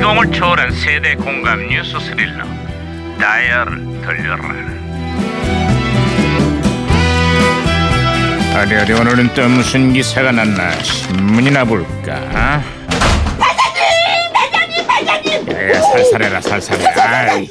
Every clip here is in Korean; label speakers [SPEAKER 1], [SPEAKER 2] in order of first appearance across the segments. [SPEAKER 1] 폭력을 초월한 세대 공감 뉴스 스릴러 다이얼을 돌려라 어디 어디 오늘은 또 무슨 기사가 났나 신문이나 볼까 반장님 반장님 반장님 야, 살살해라 살살해 아이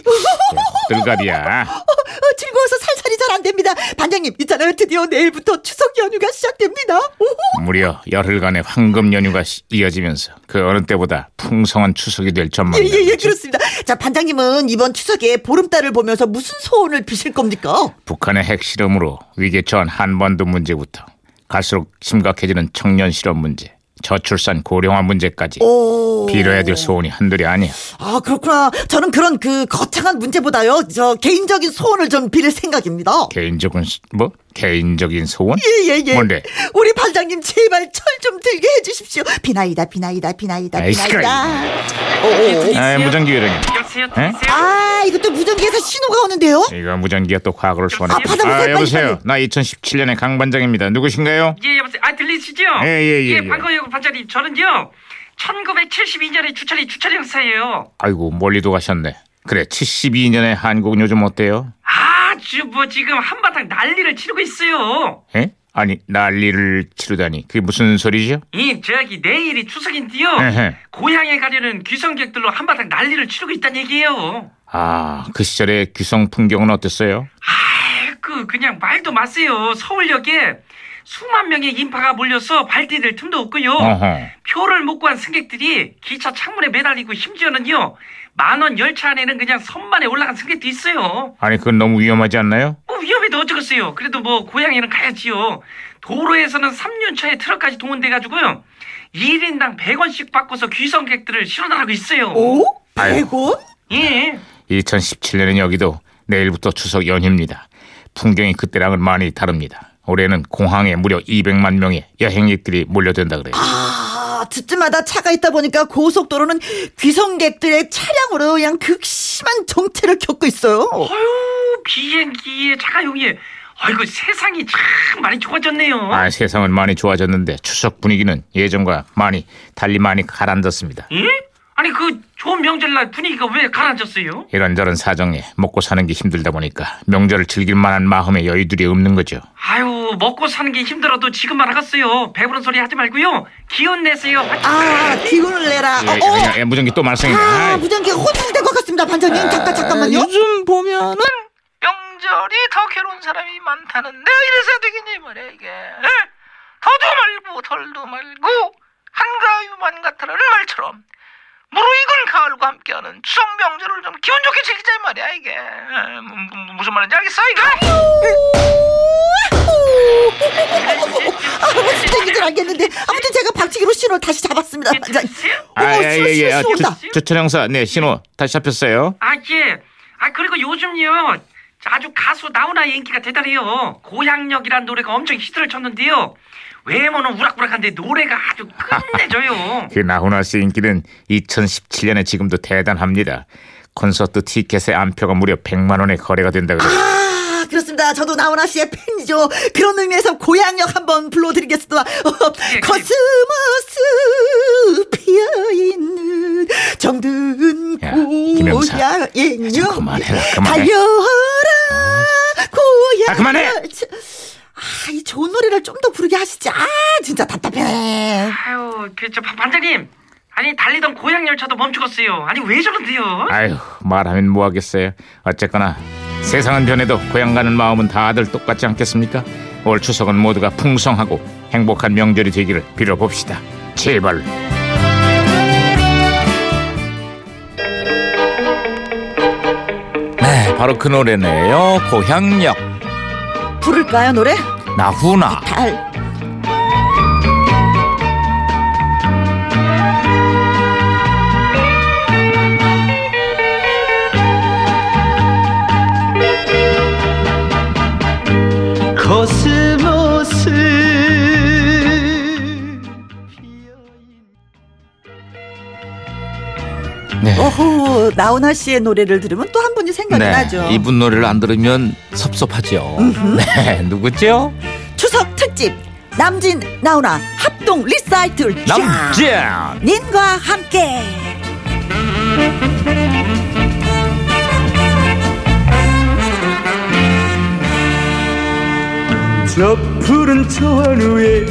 [SPEAKER 1] 들갑이야
[SPEAKER 2] 어, 즐거워서 살살이 잘 안 됩니다. 반장님, 있잖아요. 드디어 내일부터 추석 연휴가 시작됩니다. 오호.
[SPEAKER 1] 무려 열흘간의 황금 연휴가 시- 이어지면서 그 어느 때보다 풍성한 추석이 될
[SPEAKER 2] 예,
[SPEAKER 1] 전망이다
[SPEAKER 2] 예, 예, 그렇습니다. 자, 반장님은 이번 추석에 보름달을 보면서 무슨 소원을 비실 겁니까?
[SPEAKER 1] 북한의 핵실험으로 위기 처한 한반도 문제부터 갈수록 심각해지는 청년 실업 문제, 저출산 고령화 문제까지
[SPEAKER 2] 오.
[SPEAKER 1] 빌어야 될 소원이 한둘이 아니야.
[SPEAKER 2] 아, 그렇구나. 저는 그런 그 거창한 문제보다요. 저 개인적인 소원을 좀 빌릴 생각입니다.
[SPEAKER 1] 개인적인 소- 뭐 개인적인 소원?
[SPEAKER 2] 예, 예, 예.
[SPEAKER 1] 뭔데?
[SPEAKER 2] 우리 반장님 제발 철 좀 들게 해 주십시오. 비나이다, 비나이다, 비나이다,
[SPEAKER 1] 아이,
[SPEAKER 2] 비나이다.
[SPEAKER 1] 아, 무전기 회장님.
[SPEAKER 2] 아, 이것도 무전기에서 신호가 오는데요.
[SPEAKER 1] 이거 무전기가 또 과거를 소환했다.
[SPEAKER 2] 아, 받아보세요, 빨리,
[SPEAKER 1] 여보세요. 나 2017년의 강 반장입니다. 누구신가요?
[SPEAKER 3] 예, 여보세요. 아, 들리시죠?
[SPEAKER 1] 예, 예, 예, 예.
[SPEAKER 3] 예, 반가워요, 반장님. 저는요, 1972년에 주철이 주철이 형사예요.
[SPEAKER 1] 아이고 멀리도 가셨네. 그래 72년의 한국은 요즘 어때요?
[SPEAKER 3] 아, 주, 뭐, 지금 한바탕 난리를 치르고 있어요.
[SPEAKER 1] 에? 아니 난리를 치르다니 그게 무슨 소리죠?
[SPEAKER 3] 이, 저기, 내일이 추석인데요.
[SPEAKER 1] 에헤.
[SPEAKER 3] 고향에 가려는 귀성객들로 한바탕 난리를 치르고 있다는 얘기예요.
[SPEAKER 1] 아, 그 시절의 귀성 풍경은 어땠어요?
[SPEAKER 3] 그, 그냥 말도 마세요. 서울역에 수만 명의 인파가 몰려서 발디딜 틈도 없고요.
[SPEAKER 1] 어허.
[SPEAKER 3] 표를 못 구한 승객들이 기차 창문에 매달리고 심지어는요 만원 열차 안에는 그냥 선반에 올라간 승객도 있어요
[SPEAKER 1] 아니 그건 너무 위험하지 않나요?
[SPEAKER 3] 뭐 위험해도 어쩌겠어요 그래도 뭐 고향에는 가야지요 도로에서는 3륜차에 트럭까지 동원돼가지고요 1인당 100원씩 바꿔서 귀성객들을 실어나가고 있어요
[SPEAKER 2] 오?
[SPEAKER 1] 아유.
[SPEAKER 2] 100원?
[SPEAKER 3] 예
[SPEAKER 1] 2017년은 여기도 내일부터 추석 연휴입니다. 풍경이 그때랑은 많이 다릅니다. 올해는 공항에 무려 200만 명의 여행객들이 몰려든다 그래요.
[SPEAKER 2] 아, 듣자마다 차가 있다 보니까 고속도로는 귀성객들의 차량으로 그냥 극심한 정체를 겪고 있어요.
[SPEAKER 3] 어휴 비행기에 차가 용이에 아이고 세상이 참 많이 좋아졌네요
[SPEAKER 2] 어?
[SPEAKER 1] 아, 세상은 많이 좋아졌는데 추석 분위기는 예전과 많이 달리 많이 가라앉았습니다.
[SPEAKER 3] 예? 아니 그 좋은 명절날 분위기가 왜 가라앉았어요?
[SPEAKER 1] 이런저런 사정에 먹고 사는 게 힘들다 보니까 명절을 즐길 만한 마음의 여유들이 없는 거죠.
[SPEAKER 3] 아유 먹고 사는 게 힘들어도 지금만 알았어요 배부른 소리 하지 말고요 기운 내세요
[SPEAKER 2] 아, 기운을 내라.
[SPEAKER 1] 예,
[SPEAKER 2] 어, 어.
[SPEAKER 1] 예, 예, 무전기 또 말썽이네.
[SPEAKER 2] 아,
[SPEAKER 1] 아이.
[SPEAKER 2] 무전기가 혼선될 것 같습니다. 반장님, 잠깐, 잠깐만요.
[SPEAKER 4] 요즘 보면은
[SPEAKER 3] 명절이 더 괴로운 사람이 많다는데 이래서 되겠니 뭐래 이게 에? 더도 말고 덜도 말고 한가위만 같으라는 말처럼 무르익은 가을과 함께하는 추석 명절을 좀 기분 좋게 즐기자 이 말이야 이게 에, 무- 무- 무슨 말인지 알겠어 이거?
[SPEAKER 2] 아, 무슨 얘기들 알겠는데. 아무튼 제가 박치기로 신호를 다시 잡았습니다. 반장님.
[SPEAKER 1] 아,
[SPEAKER 2] 어머,
[SPEAKER 1] 예,
[SPEAKER 2] 신호,
[SPEAKER 1] 예, 예.
[SPEAKER 2] 신호,
[SPEAKER 1] 아,
[SPEAKER 2] 신호
[SPEAKER 1] 주-
[SPEAKER 2] 온다.
[SPEAKER 1] 주철 형사, 네, 신호 다시 잡혔어요.
[SPEAKER 3] 아, 예. 아, 그리고 요즘요. 아주 가수 나훈아의 인기가 대단해요. 고향역이란 노래가 엄청 히트를 쳤는데요. 외모는 우락부락한데 노래가 아주 끝내줘요.
[SPEAKER 1] 그 나훈아 씨 인기는 2017년에 지금도 대단합니다. 콘서트 티켓의 안표가 무려 100만 원에 거래가 된다 그래요.
[SPEAKER 2] 아, 그렇습니다. 저도 나훈아 씨의 팬이죠. 그런 의미에서 고향역 한번 불러드리겠습니다. 어,
[SPEAKER 3] 예,
[SPEAKER 2] 코스모스 피어있는 정든
[SPEAKER 1] 야, 김영사.
[SPEAKER 2] 고향역
[SPEAKER 1] 좀 그만해라, 그만해.
[SPEAKER 2] 달려라 고향
[SPEAKER 1] 아, 그만해!
[SPEAKER 2] 아, 이 좋은 노래를 좀 더 부르게 하시지. 아, 진짜 답답해.
[SPEAKER 3] 아유, 그저 반장님. 아니, 달리던 고향열차도 멈추었어요. 아니, 왜 저런데요?
[SPEAKER 1] 아휴, 말하면 뭐 하겠어요. 어쨌거나 세상은 변해도 고향 가는 마음은 다들 똑같지 않겠습니까? 올 추석은 모두가 풍성하고 행복한 명절이 되기를 빌어봅시다. 제발. 네, 바로 그 노래네요. 고향역
[SPEAKER 2] 부를까요, 노래?
[SPEAKER 1] 나훈아.
[SPEAKER 2] 달.
[SPEAKER 4] 네.
[SPEAKER 2] 오호, 나훈아 씨의 노래를 들으면 또 한 분이 생각이
[SPEAKER 1] 네,
[SPEAKER 2] 나죠.
[SPEAKER 4] 이분 노래를 안 들으면 섭섭하죠. 네, 누구죠?
[SPEAKER 2] 추석 특집 남진 나훈아 합동 리사이틀 쫙!
[SPEAKER 4] 남자.
[SPEAKER 2] 님과 함께
[SPEAKER 5] 저 푸른 초원 위에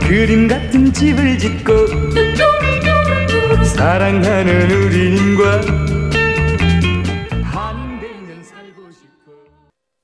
[SPEAKER 5] 그림 같은 집을 짓고 사랑하는 우리님과